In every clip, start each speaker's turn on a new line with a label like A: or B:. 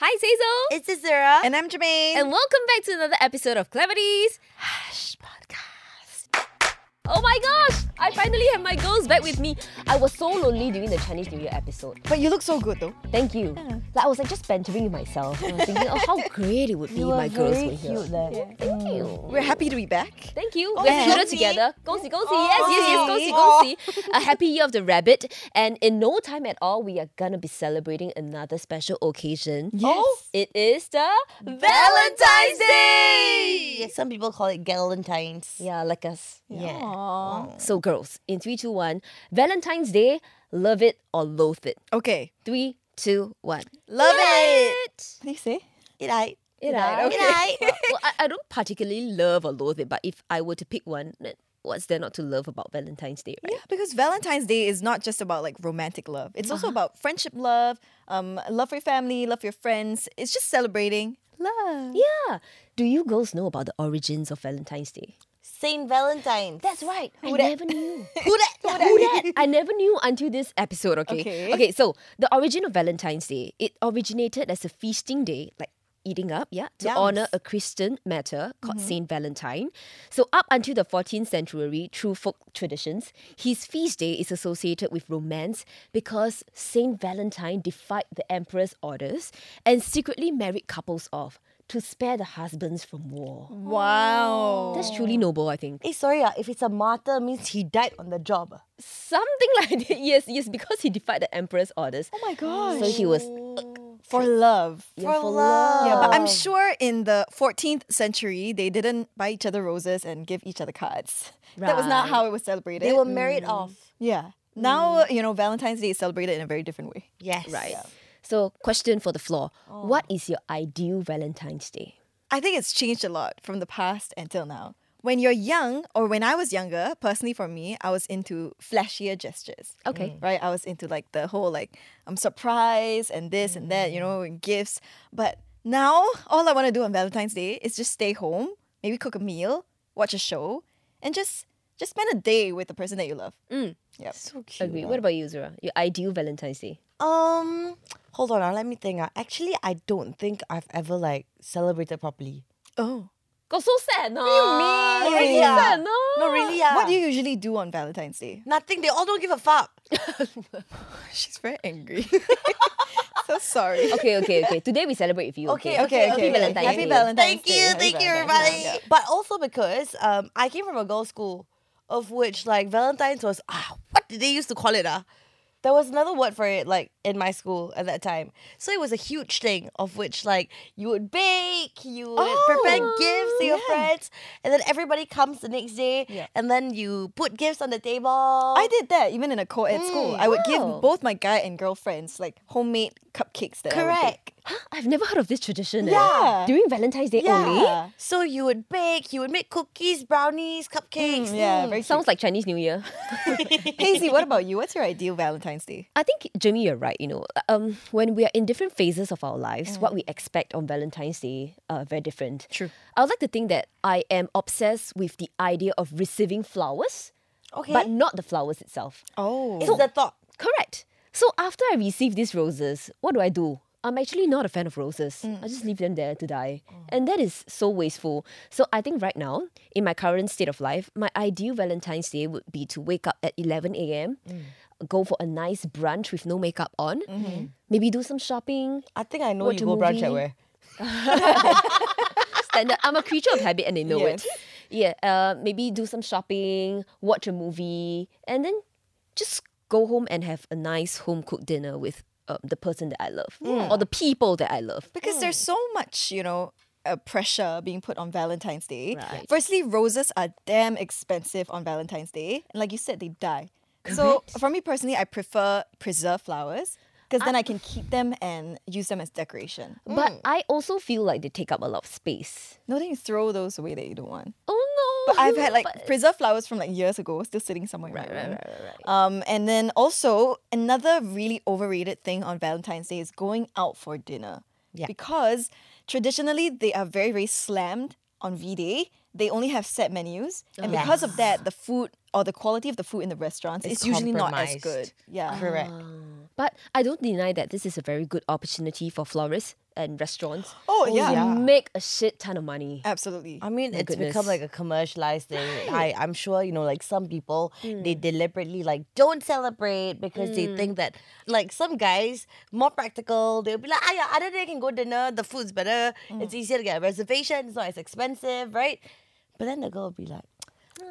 A: I say so.
B: It's Azura.
C: And I'm Jermaine.
A: And welcome back to another episode of Clevities Hush Podcast. Oh my gosh! I finally have my girls back with me. I was so lonely during the Chinese New Year episode.
C: but you look so good though.
A: Thank you. Like I was like just bantering with myself. And I was thinking, oh, how great it would be if my girls were here. Thank you.
C: We're happy to be back.
A: Thank you.
B: Oh,
A: We're cuter
B: Gongsi.
A: together. Gongsi, gongsi. yes, yes, yes, gongsi,
B: Oh.
A: gongsi. A happy year of the rabbit. And in no time at all, we are going to be celebrating another special occasion. Oh. It is the Valentine's Day!
B: Yeah, some people call it Galentine's.
A: Yeah, like us.
B: Yeah.
C: Oh.
A: So, girls, in three, two, one, Valentine's Day, love it or loathe it.
C: Okay.
A: Three, two, one.
B: Love it.
A: it.
C: What do you say?
B: It I.
A: It
C: Right,
A: I.
C: okay.
B: It I.
A: well, I, I don't particularly love or loathe it, but if I were to pick one, then what's there not to love about Valentine's Day, right?
C: Yeah, because Valentine's Day is not just about like romantic love. It's also about friendship love, um, love for your family, love for your friends. It's just celebrating love.
A: Yeah. Do you girls know about the origins of Valentine's Day?
B: Saint Valentine's.
A: That's right. I never knew.
B: who that?
A: Yeah, who dat? I never knew until this episode, okay?
C: Okay.
A: so the origin of Valentine's Day, it originated as a feasting day, like eating up, yeah, to
C: Yums.
A: honor a Christian martyr called
C: Mm-hmm.
A: Saint Valentine. So up until the 14th century, through folk traditions, his feast day is associated with romance because Saint Valentine defied the emperor's orders and secretly married couples off to spare the husbands from war.
C: Wow.
A: That's truly noble, I think.
B: Hey, sorry, ah, if it's a martyr, means he died on the job. ah.
A: Something like that. Yes, yes, because he defied the emperor's orders.
C: Oh my gosh.
A: So he was
C: for love.
A: Yeah, for
C: Yeah, but I'm sure in the 14th century they didn't buy each other roses and give each other cards. That was not
A: Right.
C: how it was celebrated.
B: They were married off.
C: yeah. Now you know Valentine's Day is celebrated in a very different way.
B: Yes.
A: right. So, question for the floor: What is your ideal Valentine's Day?
C: I think it's changed a lot from the past until now. When you're young, or when I was younger, personally for me, I was into flashier gestures.
A: Okay.
C: Right? I was into like the whole like um surprise and this and that, you know, and gifts. But now all I want to do on Valentine's Day is just stay home, maybe cook a meal, watch a show, and just just spend a day with the person that you love. Yep.
B: So cute.
A: Agree. What about you, Zura? Your ideal Valentine's Day?
B: Um, hold on, ah, let me think. ah. Actually, I don't think I've ever like celebrated properly.
C: Oh.
A: Got so sad, no? What do you
B: mean? Really, ah?
A: sad, no?
B: No, really, yeah.
C: What do you usually do on Valentine's Day?
B: Nothing. They all don't give a fuck.
C: She's very angry. so sorry.
A: Okay, okay, okay. Today we celebrate with you. Okay,
C: Okay,
A: Happy
C: okay.
A: Valentine's
C: Happy
A: Day.
C: Valentine's
B: Thank
C: Day.
B: you,
C: Happy
B: thank you,
C: Valentine's Day.
B: everybody. But also because um, I came from a girls' school, of which like Valentine's was ah, what did they used to call it ah? There was another word for it like in my school at that time. So it was a huge thing of which like you would bake, you would prepare
A: Oh,
B: gifts to your
C: yeah.
B: friends, and then everybody comes the next day,
C: Yeah.
B: and then you put gifts on the table. Oh.
C: I did that even in a co-ed school. I would
A: wow.
C: give both my guy and girlfriends like homemade cupcakes that I would bake.
B: correct.
A: Huh? I've never heard of this tradition. eh.
C: Yeah.
A: During Valentine's Day only?
C: Yeah.
B: So you would bake, you would make cookies, brownies, cupcakes.
C: Mm,
B: Mm.
C: Yeah, very
B: Hmm.
A: Sounds like Chinese New Year.
C: cute. Hazy, what about you? What's your ideal Valentine's Day?
A: I think Jimmy, you're right. You know, um, when we are in different phases of our lives, what we expect on Valentine's Day are very different.
C: True.
A: I would like to think that I am obsessed with the idea of receiving flowers,
B: Okay.
A: but not the flowers itself.
C: Oh.
B: it's the thought.
A: Correct. So after I receive these roses, what do I do? I'm actually not a fan of roses. I just leave them there to die. And that is so wasteful. So I think right now, in my current state of life, my ideal Valentine's Day would be to wake up at 11 a.m., go for a nice brunch with no makeup on, maybe do some shopping.
B: I think I know
A: Watch
B: you
A: a
B: go brunch
A: movie.
B: at where.
A: Standard. I'm a creature of habit and they know
C: Yes.
A: it. Yeah, uh, maybe do some shopping, watch a movie, and then just go home and have a nice home cooked dinner with um, the person that I love or the people that I love.
C: because there's
B: Hmm.
C: so much, you know, uh, pressure being put on Valentine's Day.
A: Right.
C: Firstly, roses are damn expensive on Valentine's Day, and like you said, they die. So for me personally, I prefer preserved flowers because then I can keep them and use them as decoration.
A: But I also feel like they take up a lot of space.
C: No, then you throw those away that you don't want.
A: Oh no!
C: But I've had like preserved flowers from like years ago, still sitting somewhere in my room. Um, and then also another really overrated thing on Valentine's Day is going out for dinner.
B: Yeah.
C: Because traditionally they are very very slammed on V Day. They only have set menus, and because of that, the food or the quality of the food in the restaurants
B: It's
C: is usually not as
B: compromised.
C: good. Yeah.
B: Correct.
A: But I don't deny that this is a very good opportunity for florists and restaurants
C: Oh,
A: to
C: yeah. yeah.
A: make a shit ton of money.
C: Absolutely.
B: I mean,
A: My
B: it's
A: goodness.
B: become like a commercialized thing. I, I'm sure, you know, like some people, they deliberately like don't celebrate because they think that, like some guys, more practical, they'll be like, ah, yeah, other day can go dinner, the food's better, it's easier to get a reservation, it's not as expensive, right? But then the girl will be like,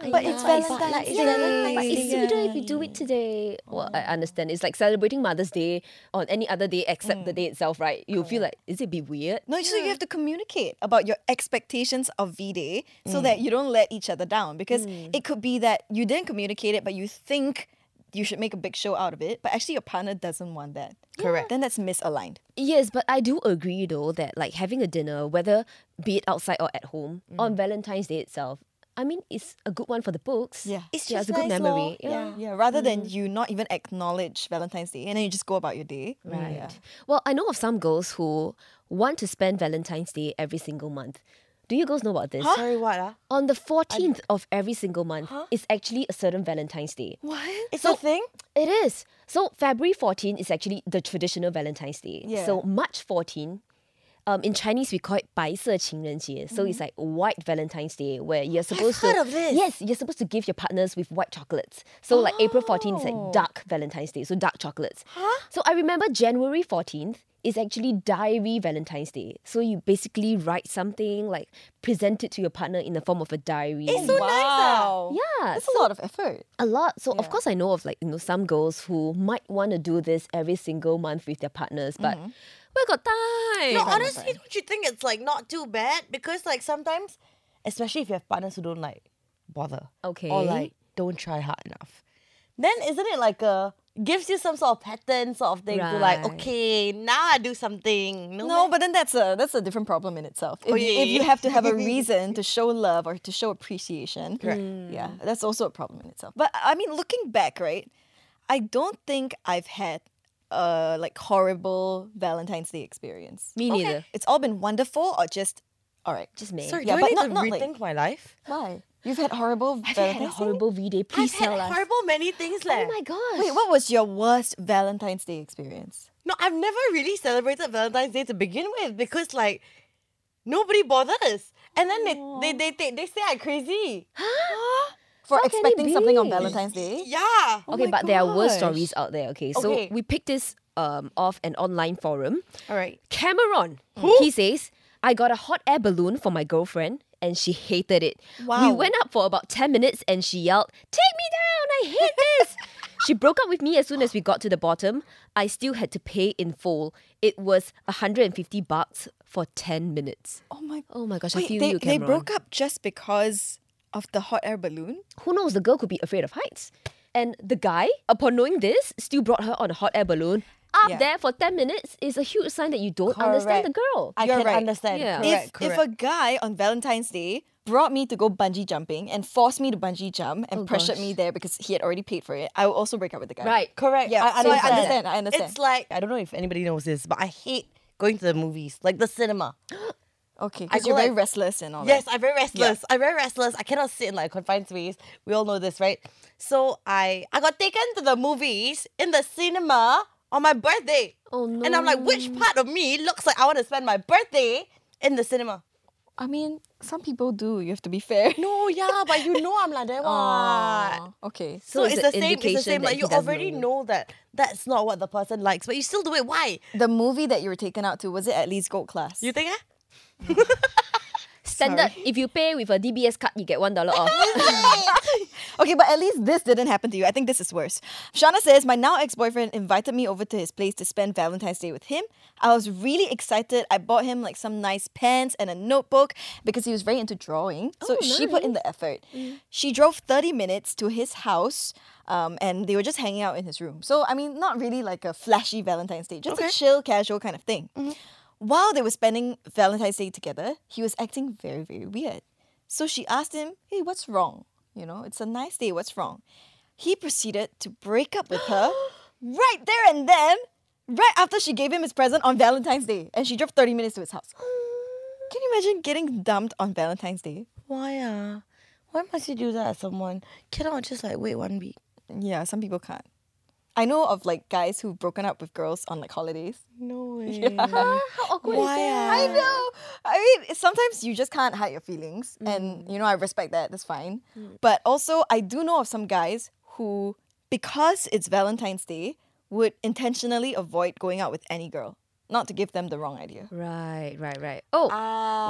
C: But it's
B: Ah, Yeah, but
C: Valentine's
B: like, it's
C: Day.
B: Valentine's
A: But it's
B: Day.
A: sweeter if you do it today. Well, I understand. It's like celebrating Mother's Day on any other day except
B: Mm.
A: the day itself, right? You feel like, is it be weird?
C: No, so you have to communicate about your expectations of V Day so that you don't let each other down because it could be that you didn't communicate it, but you think you should make a big show out of it, but actually your partner doesn't want that. Correct. Then that's misaligned.
A: Yes, but I do agree though that like having a dinner, whether be it outside or at home,
B: Mm.
A: on Valentine's Day itself, I mean, it's a good one for the books.
C: Yeah.
B: It's
A: yeah,
B: just
A: it's a good
B: nice
A: memory.
B: lor.
A: Yeah.
C: Yeah, rather than you not even acknowledge Valentine's Day and then you just go about your day.
A: Right. Well, I know of some girls who want to spend Valentine's Day every single month. Do you girls know about this?
B: sorry, what? Ah?
A: On the 14th of every single month is actually a certain Valentine's Day.
C: What?
B: It's a thing?
A: It is. So February 14 is actually the traditional Valentine's Day.
C: Yeah.
A: So March 14, um, in Chinese we call it 白色情人节. So it's like white Valentine's Day where you're supposed
B: Mm-hmm. heard
A: to
B: of this.
A: Yes, you're supposed to give your partners with white chocolates. So like April 14 is like
B: Oh.
A: dark Valentine's Day, so dark chocolates. Huh? So I remember January 14th is actually diary Valentine's Day. So you basically write something, like present it to your partner in the form of a diary.
B: so nice, ah.
C: wow.
A: yeah,
C: That's a lot of effort.
A: a lot. So of course I know of like you know some girls who might want to do this every single month with their partners, but where got time?
B: No, honestly, don't you think it's like not too bad? Because like sometimes, especially if you have partners who don't like bother. Or
A: Okay.
B: like don't try hard enough. Then isn't it like a gives you some sort of pattern sort of thing to like,
A: Right.
B: okay, now I do something. No,
C: No,
B: meh?
C: but then that's a that's a different problem in itself. If,
B: Oh,
C: you-
B: yeah,
C: if
B: yeah,
C: you
B: yeah.
C: have to have a reason to show love or to show appreciation,
A: Mm.
C: yeah, that's also a problem in itself. But I mean, looking back, right, I don't think I've had a like horrible Valentine's Day experience.
A: me neither.
C: It's all been wonderful or just all right.
A: Just me.
B: sorry,
C: yeah,
B: do
C: but
B: I need
C: not-
B: to
C: not like-
B: rethink my life?
C: Why? You've had horrible
A: I've had a
C: Valentine's Day.
A: horrible V-Day. Please
B: I've
A: tell
B: had
A: us.
B: horrible many things
A: oh
B: left.
A: my gosh.
C: Wait, what was your worst Valentine's Day experience?
B: No, I've never really celebrated Valentine's Day to begin with because like nobody bothers. And then they,
A: Oh.
B: they, they, they, they say I'm crazy.
C: For
A: How can it
C: expecting something on
A: be?
C: Valentine's Day?
B: Yeah.
A: Okay,
C: my
A: but there are worse
C: gosh.
A: stories out there. Okay, so
B: Oh Okay.
A: we picked this um off an online forum.
C: All right.
A: Cameron, he says, I got a hot air balloon for my girlfriend and she hated it. We
C: Wow.
A: went up for about 10 minutes and she yelled, Take me down, I hate this. she broke up with me as soon as we got to the bottom. I still had to pay in full. It was 150 bucks for 10 minutes.
C: Oh my
A: Oh my gosh, I
C: Wait,
A: feel
C: they,
A: you,
C: they
A: Cameron.
C: broke up just because of the hot air balloon?
A: Who knows, the girl could be afraid of heights. And the guy, upon knowing this, still brought her on a hot air balloon. Up
C: Yeah.
A: there for 10 minutes is a huge sign that you don't understand the
B: Correct.
A: girl.
B: I
C: You're
B: can
C: right.
B: understand.
A: Yeah.
B: If-
C: if if a guy on Valentine's Day brought me to go bungee jumping and forced me to bungee jump and
A: Oh,
C: pressured
A: gosh.
C: me there because he had already paid for it, I would also break up with the guy.
A: Right.
B: Correct.
C: Yeah, so I
B: that.
C: understand, I understand.
B: It's like I don't know if anybody knows this, but I hate going to the movies, like the cinema.
C: Okay.
B: I
C: Because
B: go
C: you're very
B: like-
C: restless and all
B: Yes,
C: that.
B: I'm very restless. I'm very restless. I cannot sit in like a confined space. We all know this, right? So I I got taken to the movies in the cinema on my birthday.
A: Oh,
B: And I'm like,
A: no.
B: which part of me looks like I want to spend my birthday in the cinema?
C: I mean, some people do. You have to be fair.
B: No, Oh, yeah, but you know I'm like that. what?
C: Aw, Okay.
B: So, it's,
A: an
B: the same. It's the
A: indication
B: same.
A: that
B: Like
A: he
B: you
A: doesn't
B: already
A: you.
B: know that that's not what the person likes, but you still do it. Why?
C: The movie that you were taken out to, was it at least Gold Class?
B: You think? Eh?
A: Standard. If you pay with a DBS card, you get one dollar off.
C: Okay, but at least this didn't happen to you. I think this is worse. Shauna says, My now ex boyfriend invited me over to his place to spend Valentine's Day with him. I was really excited. I bought him like some nice pens and a notebook because he was very into drawing. So she put in the effort. She drove 30 minutes to his house um, and they were just hanging out in his room. So, I mean, not really like a flashy Valentine's Day, just a chill, casual kind of thing. While they were spending Valentine's Day together, he was acting very, very weird. So she asked him, Hey, what's wrong? You know, it's a nice day, what's wrong? He proceeded to break up with her right there and then, right after she gave him his present on Valentine's Day. And she drove 30 minutes to his house. Can you imagine getting dumped on Valentine's Day?
B: Why ah? why must you do that to someone? Cannot just like wait one week.
C: Yeah, some people can't. I know of like guys who've broken up with girls on like holidays.
B: No way.
A: How awkward
B: Why?
A: is that?
C: I know. I mean, sometimes you just can't hide your feelings, and you know I respect that. That's fine. But also, I do know of some guys who, because it's Valentine's Day, would intentionally avoid going out with any girl, not to give them the wrong idea. Ah.
A: Right, right, right. Oh,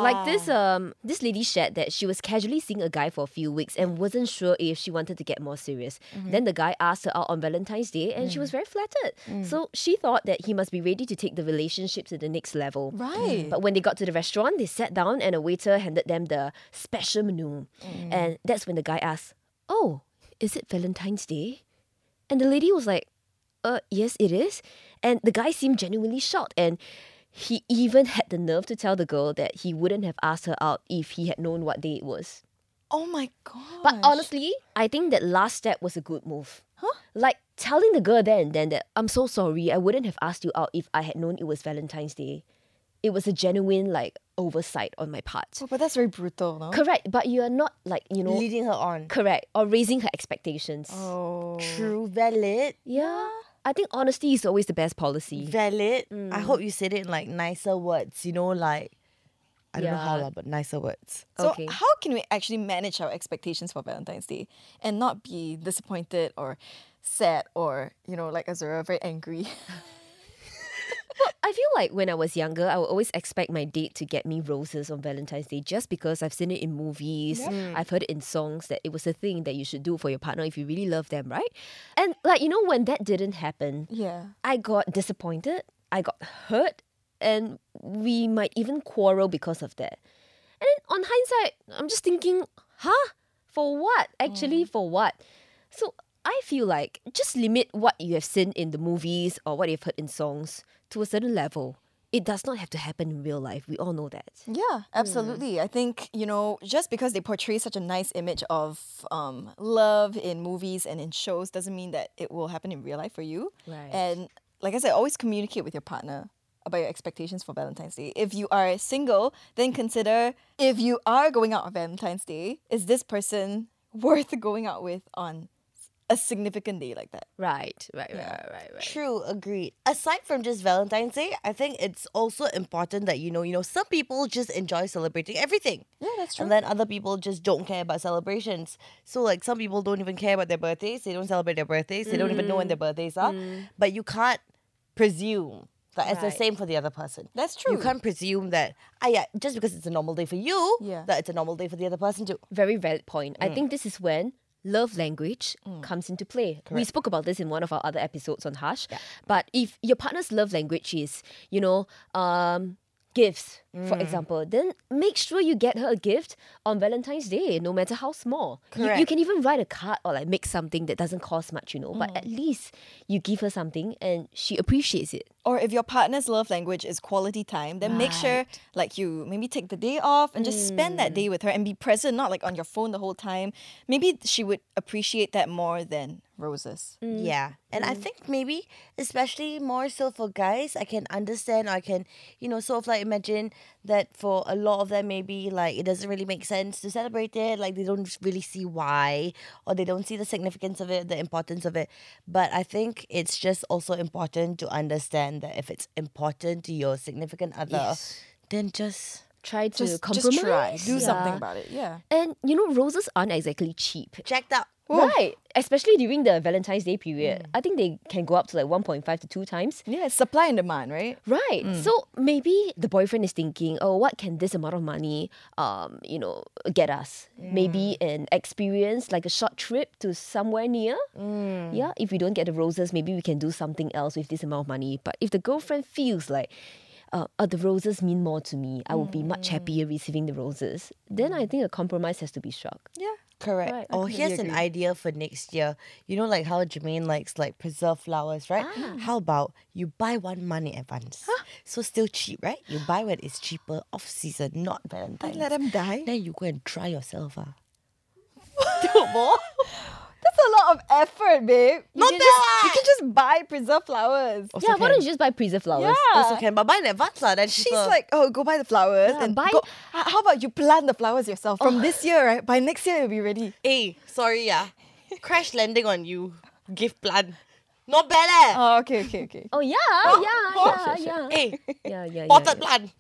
A: like this um this lady shared that she was casually seeing a guy for a few weeks and wasn't sure if she wanted to get more serious.
C: Mm-hmm.
A: Then the guy asked her out on Valentine's Day and she
C: Mm.
A: was very flattered. So she thought that he must be ready to take the relationship to the next level.
C: Right.
A: But when they got to the restaurant, they sat down and a waiter handed them the special menu.
C: Mm.
A: And that's when the guy asked, "Oh, is it Valentine's Day?" And the lady was like, uh, yes, it is. And the guy seemed genuinely shocked. And he even had the nerve to tell the girl that he wouldn't have asked her out if he had known what day it was.
C: Oh my god.
A: But honestly, I think that last step was a good move. Huh? Like telling the girl then and then that I'm so sorry, I wouldn't have asked you out if I had known it was Valentine's Day. It was a genuine like oversight on my part.
C: Oh, but that's very brutal, no?
A: Correct, but you are not like, you know,
B: Leading her on.
A: correct or raising her expectations.
C: Oh.
B: True, valid,
A: Yeah. I think honesty is always the best policy.
B: valid. I hope you said it in like nicer words. You know, like I don't know how,
A: Yeah.
B: lah, but nicer words.
C: So
A: Okay.
C: how can we actually manage our expectations for Valentine's Day and not be disappointed or sad or you know like Azura very angry?
A: I feel like when I was younger, I would always expect my date to get me roses on Valentine's Day just because I've seen it in movies, I've heard it in songs that it was a thing that you should do for your partner if you really love them, right? And like, you know, when that didn't happen,
C: yeah.
A: I got disappointed, I got hurt, and we might even quarrel because of that. And then on hindsight, I'm just thinking, huh? For what? Actually, for what? So I feel like just limit what you have seen in the movies or what you've heard in songs to a certain level. It does not have to happen in real life. We all know that.
C: Yeah, absolutely. I think, you know, just because they portray such a nice image of um, love in movies and in shows doesn't mean that it will happen in real life for you.
A: Right.
C: And like I said, always communicate with your partner about your expectations for Valentine's Day. If you are single, then consider if you are going out on Valentine's Day, is this person worth going out with on a significant day like that?
A: Right, right, right, right, right.
B: True, agreed. Aside from just Valentine's Day, I think it's also important that you know, you know, some people just enjoy celebrating everything.
C: Yeah, that's
B: And then other people just don't care about celebrations. So like some people don't even care about their birthdays. They don't celebrate their birthdays. They don't even know when
C: Mm.
B: their birthdays are. But you can't presume that it's the
A: Right.
B: same for the other person.
C: That's
B: You
C: true.
B: can't presume that ah, yeah, just because it's a normal day for you,
C: Yeah.
B: that it's a normal day for the other person too.
A: very valid point. I think this is when love language comes into play. We spoke about this in one of our other episodes on Hush. But if your partner's love language is, you know, um, gifts, for example, then make sure you get her a gift on Valentine's Day, no matter how small. You- You,
B: Correct.
A: can even write a card or like make something that doesn't cost much, you know, but at least you give her something and she appreciates it.
C: or if your partner's love language is quality time, then make sure like you maybe take the day off and just spend that day with her and be present, not like on your phone the whole time. Maybe she would appreciate that more than roses.
B: Yeah. And I think maybe, especially more so for guys, I can understand, I can, you know, sort of like imagine that for a lot of them, maybe like it doesn't really make sense to celebrate it. Like they don't really see why or they don't see the significance of it, the importance of it. But I think it's just also important to understand that if it's important to your significant other, then just.
A: Try to
C: Just,
A: compromise.
C: just try, do something
A: Yeah.
C: about it. Yeah.
A: And you know, roses aren't exactly cheap.
B: Checked up.
A: Right. Especially during the Valentine's Day period. I think they can go up to like 1.5 to 2 times. Mm.
C: Yeah, it's supply and demand, right?
A: Right. So maybe the boyfriend is thinking, oh, what can this amount of money, um, you know, get us? Maybe an experience, like a short trip to somewhere near. Yeah. If we don't get the roses, maybe we can do something else with this amount of money. But if the girlfriend feels like, uh, oh, the roses mean more to me, I would be much happier receiving the roses, then I think a compromise has to be struck.
C: Yeah.
B: Correct.
A: Right, I
B: or
A: completely
B: here's an idea for next year. You know, like how Jermaine likes like preserved flowers, right? How about you buy one month in advance? So still cheap, right? You buy when it's cheaper, off season, not Valentine's.
C: let them die.
B: Then you go and try yourself, ah.
C: That's a lot of effort, babe. You
B: Not
C: can just-
B: bad.
C: You can just buy preserved flowers.
B: Also
A: yeah, why don't
B: can-
A: you just buy preserved flowers?
B: Also can, but buy in advance, lah. Then
C: She's like, oh, go buy the flowers
A: Yeah,
C: and
A: buy-
C: buy. Oh. how about you plant the flowers yourself from this year, right? By
B: Eh,
C: next year, it'll be ready.
B: hey, sorry, yeah, crash landing on you. Gift plan. Not bad eh? leh.
C: Oh, okay, okay, okay.
A: Oh yeah, yeah, yeah, yeah,
B: hey,
A: yeah, yeah, yeah.
B: potted
A: yeah.
B: plant.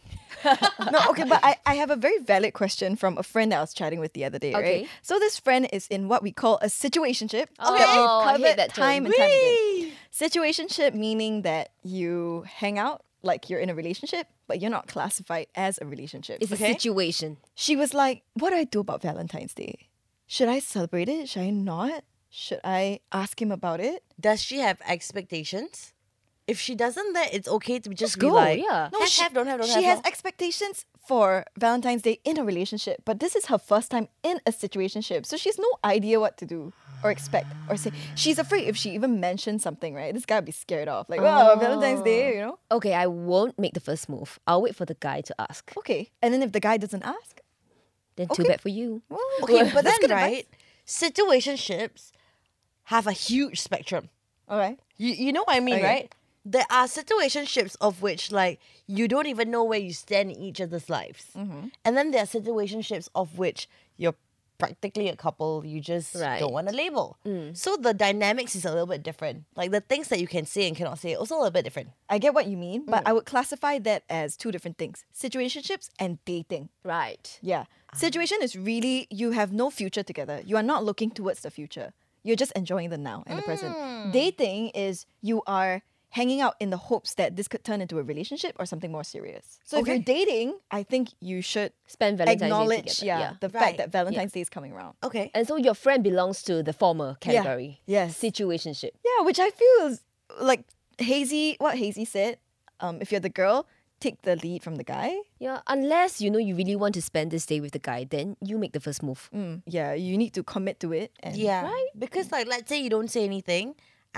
C: no, okay, but I, I have a very valid question from a friend that I was chatting with the other day,
A: Okay.
C: right? So this friend is in what we call a situationship.
A: Oh,
C: that we've
A: I hate
C: covered
A: that term.
C: time and time again. Situationship meaning that you hang out like you're in a relationship, but you're not classified as a relationship.
A: It's a
B: Okay.
A: situation.
C: she was like, What do I do about Valentine's Day? Should I celebrate it? Should I not? Should I ask him about it?
B: Does she have expectations? If she doesn't, then it's okay to just be
A: go,
B: like,
A: yeah.
B: have, have, don't have, don't
C: she has
B: have. no.
C: expectations for Valentine's Day in a relationship, but this is her first time in a situationship, so she has no idea what to do or expect or say. She's afraid if she even mentions something, right? This guy will be scared off, like, oh, Valentine's Day, you know?
A: Okay, I won't make the first move. I'll wait for the guy to ask.
C: Okay. And then if the guy doesn't ask,
A: Then too bad for you.
C: well,
B: Okay, but
C: that's
B: then
C: good advice.
B: right, situationships have a huge spectrum.
C: All right.
B: You you know what I mean,
C: Okay.
B: right? There are situationships of which like you don't even know where you stand in each other's lives,
C: Mm-hmm.
B: and then there are situationships of which you're practically a couple. You just
A: Right.
B: don't want to label.
C: Mm.
B: So the dynamics is a little bit different. Like the things that you can say and cannot say also a little bit different.
C: I get what you mean,
B: Mm.
C: but I would classify that as two different things situationships and dating.
A: Right.
C: Yeah. Situation is really you have no future together. You are not looking towards the future. You're just enjoying the now and the present. Dating is you are hanging out in the hopes that this could turn into a relationship or something more serious. So if you're dating, I think you should
A: Spend Valentine's Day
C: acknowledge
A: together,
C: yeah,
A: yeah.
C: the
B: Right.
C: fact that Valentine's Day is coming around.
B: Okay.
A: And so your friend belongs to the former category.
C: Yes.
A: Situationship.
C: Yeah, which I feel is like Hazy what Hazy said, um, if you're the girl, take the lead from the guy.
A: Yeah. Unless you know you really want to spend this day with the guy, then you make the first move.
C: Mm, Yeah, you need to commit to it and
B: Yeah. Right? Because like let's say you don't say anything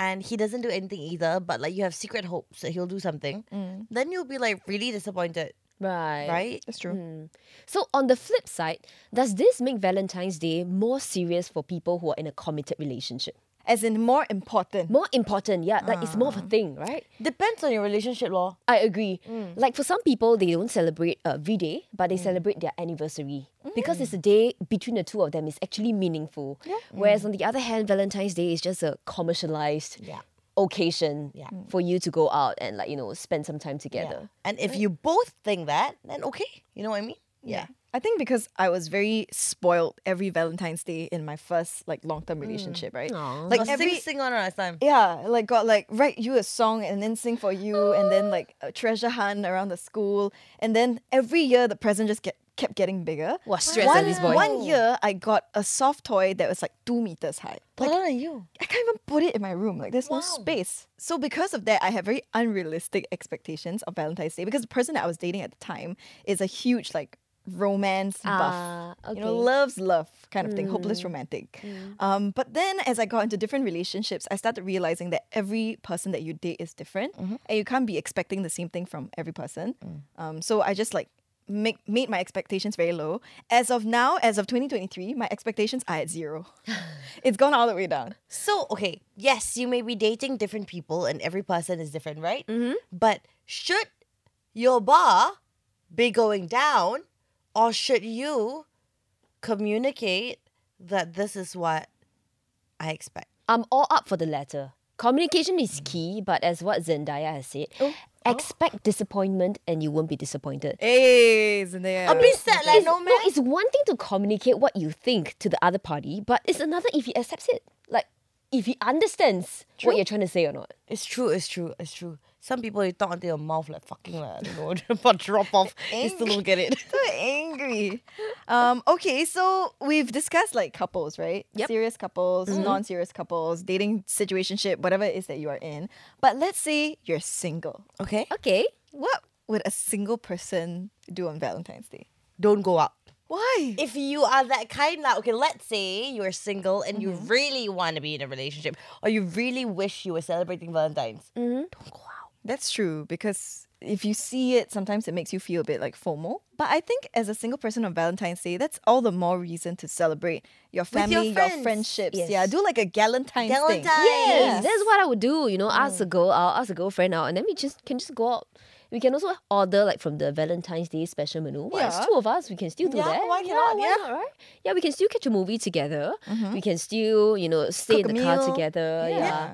B: and he doesn't do anything either, but like you have secret hopes that he'll do something, then you'll be like really disappointed,
A: Right.
B: right?
C: that's true.
A: So on the flip side, does this make Valentine's Day more serious for people who are in a committed relationship?
C: As in more important.
A: More important, yeah. Like it's more of a thing, right?
B: Depends on your relationship law.
A: I agree.
B: Mm.
A: Like for some people, they don't celebrate uh, V-Day, but they celebrate their anniversary
B: Mm.
A: because it's a day between the two of them. It's actually meaningful.
B: Mm.
A: Whereas on the other hand, Valentine's Day is just a commercialized
B: Yeah.
A: occasion Mm.
B: Yeah.
A: for you to go out and like you know spend some time together.
B: And if you both think that, then okay. You know what I mean?
C: Yeah. I think because I was very spoiled every Valentine's Day in my first like long term relationship, right?
A: Mm. Aw.
C: Like
B: Like every
C: every
B: sing, sing on last time.
C: yeah, like got like write you a song and then sing for you, and
A: Oh.
C: then like a treasure hunt around the school, and then every year the present just get, kept getting bigger.
A: Wow, stress ah,
C: one,
A: this boy.
C: One year I got a soft toy that was like two meters high. Like
B: Taller than you.
C: I can't even put it in my room. Like there's no space. So because of that, I have very unrealistic expectations of Valentine's Day because the person that I was dating at the time is a huge like romance
A: Ah,
C: buff. You know,
A: okay. Mm.
C: loves love kind of thing, hopeless romantic. Um, but then as I got into different relationships, I started realizing that every person that you date is different
A: Mm-hmm.
C: and you can't be expecting the same thing from every person.
A: Mm.
C: Um, so I just like make made my expectations very low. As of now, as of 2023, my expectations are at zero. it's gone all the way down.
B: So, okay, yes, you may be dating different people and every person is different, right? Mm-hmm. But should your bar be going down or should you communicate that this is what I expect?
A: I'm all up for the latter. Communication is key, but as what Zendaya has said,
B: Oh.
A: expect disappointment and you won't be disappointed.
C: Hey, Zendaya.
B: I'll be sad, like,
A: It's-
B: no man.
A: it's one thing to communicate what you think to the other party, but it's another if he accepts it. Like if he understands what you're trying to say or not.
B: It's true, it's true, it's true. Some people you talk until your mouth like fucking like, I don't know, but drop off. You still don't get it.
C: so angry. Um, okay, so we've discussed like couples, right?
A: Yep.
C: Serious couples, non-serious couples, dating situationship, whatever it is that you are in. But let's say you're single.
B: Okay?
A: Okay.
C: What would a single person do on Valentine's Day?
B: Don't go out.
C: Why?
B: if you are that kind like okay let's say you're single and you really want to be in a relationship or you really wish you were celebrating valentine's don't go out
C: That's true because if you see it, sometimes it makes you feel a bit like FOMO. But I think as a single person on Valentine's Day, that's all the more reason to celebrate your
B: your
C: family, your,
B: friends.
C: friendships.
A: Yes.
C: Yeah, do like a Galentine's thing.
B: Galentine's.
A: Yes. That's what I would do, you know, ask a girl out, ask a girlfriend out, and then we just can just go out. We can also order like from the Valentine's Day special menu. Well, it's
C: Yeah.
A: two of us, we can still do
B: Yeah,
A: that.
B: why cannot?
A: why
B: Yeah.
A: not, right? Yeah, we can still catch a movie together. We can still, you know, stay
C: Cook
A: in
C: a
A: the car
C: meal.
A: together. Yeah.
C: Yeah.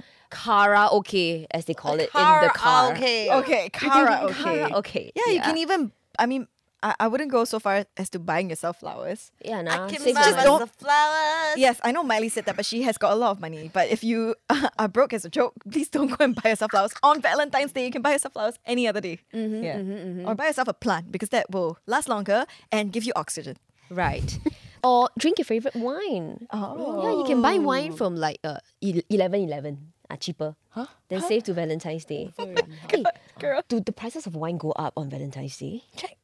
A: karaoke, as they call it in the car.
B: Karaoke.
C: Okay, karaoke.
A: Karaoke.
C: Yeah, you can even. I mean, I, I wouldn't go so far as to buying yourself flowers.
A: Yeah, nah.
B: I can
A: save the
B: smell
A: money.
C: don't-
B: the flowers.
C: Yes, I know Miley said that, but she has got a lot of money. But if you are broke as a joke, please don't go and buy yourself flowers on Valentine's Day. You can buy yourself flowers any other day. yeah. Or buy yourself a plant because that will last longer and give you oxygen.
A: Right. or drink your favorite wine.
C: Oh.
A: Yeah, you can buy wine from like uh, ele- 11 11. Are cheaper. Huh? Then save to Valentine's Day. hey,
C: Girl.
A: do the prices of wine go up on Valentine's Day?
B: Check.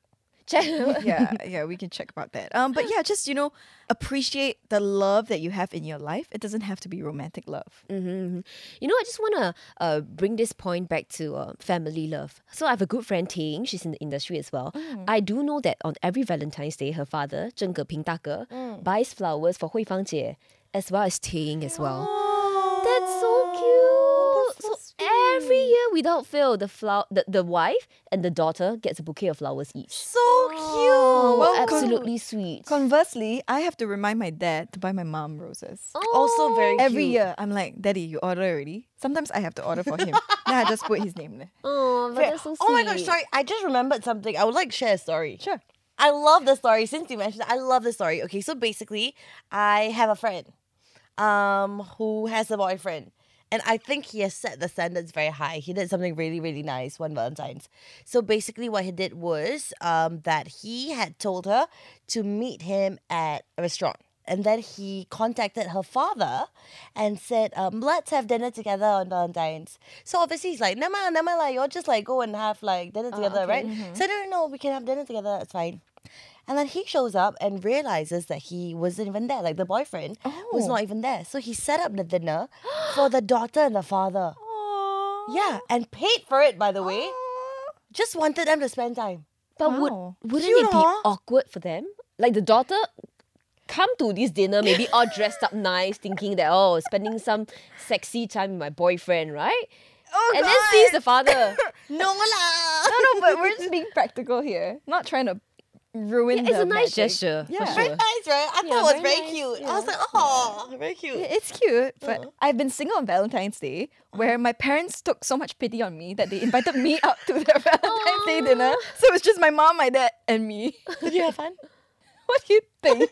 A: Check.
C: yeah, yeah, we can check about that. Um, but yeah, just you know, appreciate the love that you have in your life. It doesn't have to be romantic love.
A: You know, I just want to uh, bring this point back to uh, family love. So I have a good friend, Ting. She's in the industry as well.
B: Mm.
A: I do know that on every Valentine's Day, her father, Zheng Geping 大哥,
B: Mm.
A: buys flowers for Hui Fang Jie as well as Ting as well. That's so cute. so every year, without fail, the, flower, the the wife and the daughter gets a bouquet of flowers each.
B: So cute.
A: Oh,
C: con-
A: absolutely sweet.
C: Conversely, I have to remind my dad to buy my mom roses.
A: Oh,
B: also very
C: Every
B: cute.
C: year, I'm like, Daddy, you order already? Sometimes I have to order for him. then I just put his name there.
A: Oh, but
B: Wait,
A: that's so sweet.
B: Oh my gosh, sorry. I just remembered something. I would like to share a story.
C: Sure.
B: I love the story. Since you mentioned it, I love the story. Okay, so basically, I have a friend um, who has a boyfriend. And I think he has set the standards very high. He did something really, really nice one Valentine's. So basically, what he did was um, that he had told her to meet him at a restaurant. And then he contacted her father and said, um, let's have dinner together on Valentine's. So obviously he's like, Nama, Nama, like, you'll just like go and have like dinner together, right? So no, no, no, we can have dinner together, that's fine. And then he shows up and realizes that he wasn't even there. Like the boyfriend
A: Oh.
B: was not even there. So he set up the dinner for the daughter and the father. Yeah,
A: Oh.
B: and paid for it, by the way. Just wanted them to spend time.
A: But
C: Wow.
A: would wouldn't
B: Cute,
A: it be
B: huh?
A: awkward for them? Like the daughter come to this dinner maybe all dressed up nice, thinking that oh, spending some sexy time with my boyfriend, right?
C: Oh,
A: and then sees the father.
B: No lah.
C: No, no, but we're just being practical here. Not trying to ruin
A: it's
C: the
A: a nice
C: magic.
A: gesture.
C: Yeah.
A: For
B: Very
A: sure.
B: nice, right? I
A: Yeah,
B: thought it
A: very
B: was very
A: nice,
B: cute. I
A: yeah.
B: was like, oh, very cute.
C: It's cute, but I've been single on Valentine's Day, where my parents took so much pity on me that they invited me out to their Valentine's Day dinner. So it's just my mom, my dad, and me.
B: Did you have fun?
C: what do you think?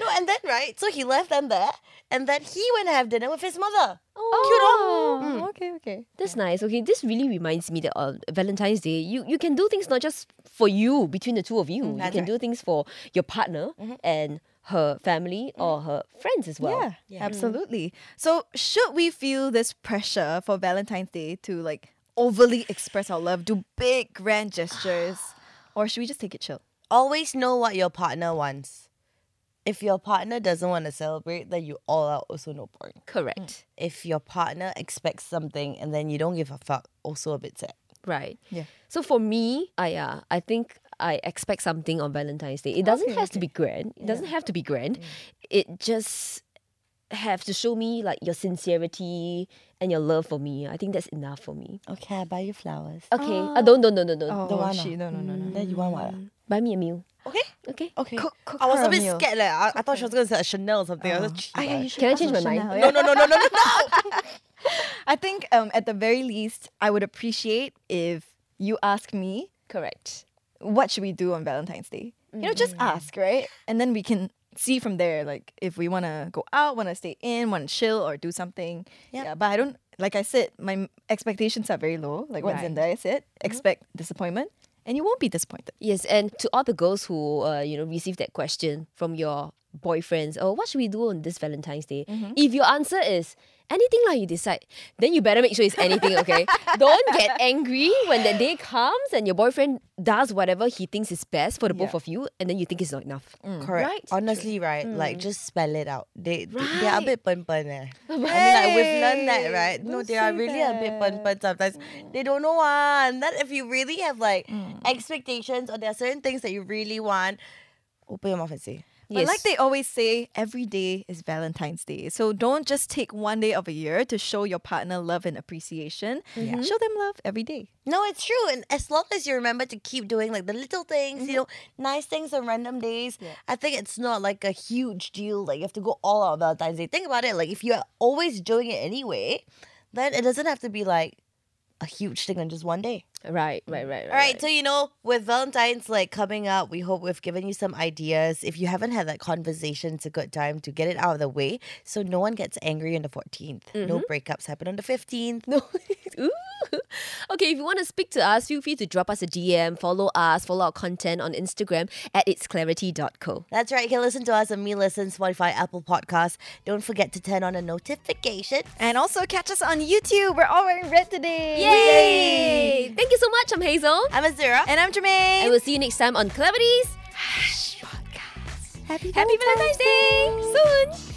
B: No, and then right, so he left them there, and then he went to have dinner with his mother.
C: Oh, okay, okay.
A: That's nice. Okay, this really reminds me that on Valentine's Day, you, you can do things not just for you, between the two of
C: Mm,
A: you. you
B: that's
A: can
B: right.
A: do things for your partner and her family or her friends as well.
C: Mm-hmm. Yeah, absolutely. So, should we feel this pressure for Valentine's Day to like overly express our love, do big grand gestures, or should we just take it chill?
B: Always know what your partner wants. If your partner doesn't want to celebrate, then you all out also no point.
C: Mm.
A: Correct.
B: If your partner expects something and then you don't give a fuck, also a bit sad.
A: Right.
C: Yeah.
A: So for me, I uh, I think I expect something on Valentine's Day. It doesn't have to be grand. It doesn't have to be grand.
C: Mm.
A: It just have to show me like your sincerity and your love for me. I think that's enough for me.
B: Okay, I buy you flowers.
A: Okay. Uh, don't don't don't don't don't.
C: Oh, she, no, no, no, no.
B: Then you want what?
A: Buy me a meal.
B: Mm. Okay.
A: Okay.
B: Okay.
C: Cook- cook
B: I was
C: her
B: a Uh-huh.
C: a
B: bit
C: meal.
B: scared. Like, I, I thought she was going to say a Chanel or something. I was like, "Gee,
C: Ah, yeah,
B: what?"
C: you should
A: Can I
C: pass
A: change
C: on
A: my mind?
C: Chanel,
B: no, no, no, no, no, no, no.
C: I think um, at the very least, I would appreciate if you ask me,
A: Correct.
C: what should we do on Valentine's Day? You know, just
B: Mm-hmm.
C: ask, right? And then we can see from there, like if we want to go out, want to stay in, want to chill or do something. Yeah. But I don't, like I said, my m- expectations are very low. Like what
A: Right.
C: Zendaya said,
B: Mm-hmm.
C: expect disappointment and you won't be disappointed.
A: Yes, and to all the girls who uh, you know receive that question from your boyfriends, oh, what should we do on this Valentine's Day? If your answer is anything like you decide, then you better make sure it's anything, okay? Don't get angry when the day comes and your boyfriend does whatever he thinks is best for the both
C: Yeah.
A: of you, and then you think it's not enough.
B: Correct.
A: Right?
B: Honestly, right? Mm. Like, just spell it out. They, they, they are a
A: Right.
B: bit pun pun eh. I mean, like, we've learned that,
C: Hey,
B: right? No,
C: don't
B: they are
C: say
B: really a bit pun pun sometimes. They don't know one. That if you really Mm. have like expectations or there are certain things that you really want, open your mouth and say.
C: But like
A: Yes.
C: they always say, every day is Valentine's Day. So don't just take one day of a year to show your partner love and appreciation. Show them love every day.
B: No, it's true. And as long as you remember to keep doing like the little things, you know, nice things on random days, I think it's not like a huge deal. Like you have to go all out on Valentine's Day. Think about it. Like if you're always doing it anyway, then it doesn't have to be like a huge thing on just one day.
A: Right, right, right, right.
B: All right, so you know, with Valentine's like coming up, we hope we've given you some ideas. If you haven't had that conversation, it's a good time to get it out of the way so no one gets angry on the 14th. No breakups happen on the 15th.
A: No. Ooh. Okay, if you want to speak to us, feel free to drop us a DM, follow us, follow our content on Instagram at itsclarity.co.
B: That's right, you can listen to us on Me Listen, Spotify, Apple Podcasts. Don't forget to turn on a notification.
C: And also catch us on YouTube. We're all wearing red today.
A: Yay! Thank you so much. I'm Hazel.
B: I'm Azura.
C: And I'm Jermaine.
A: And we'll see you next time on Clarities. Happy Valentine's Day! Soon!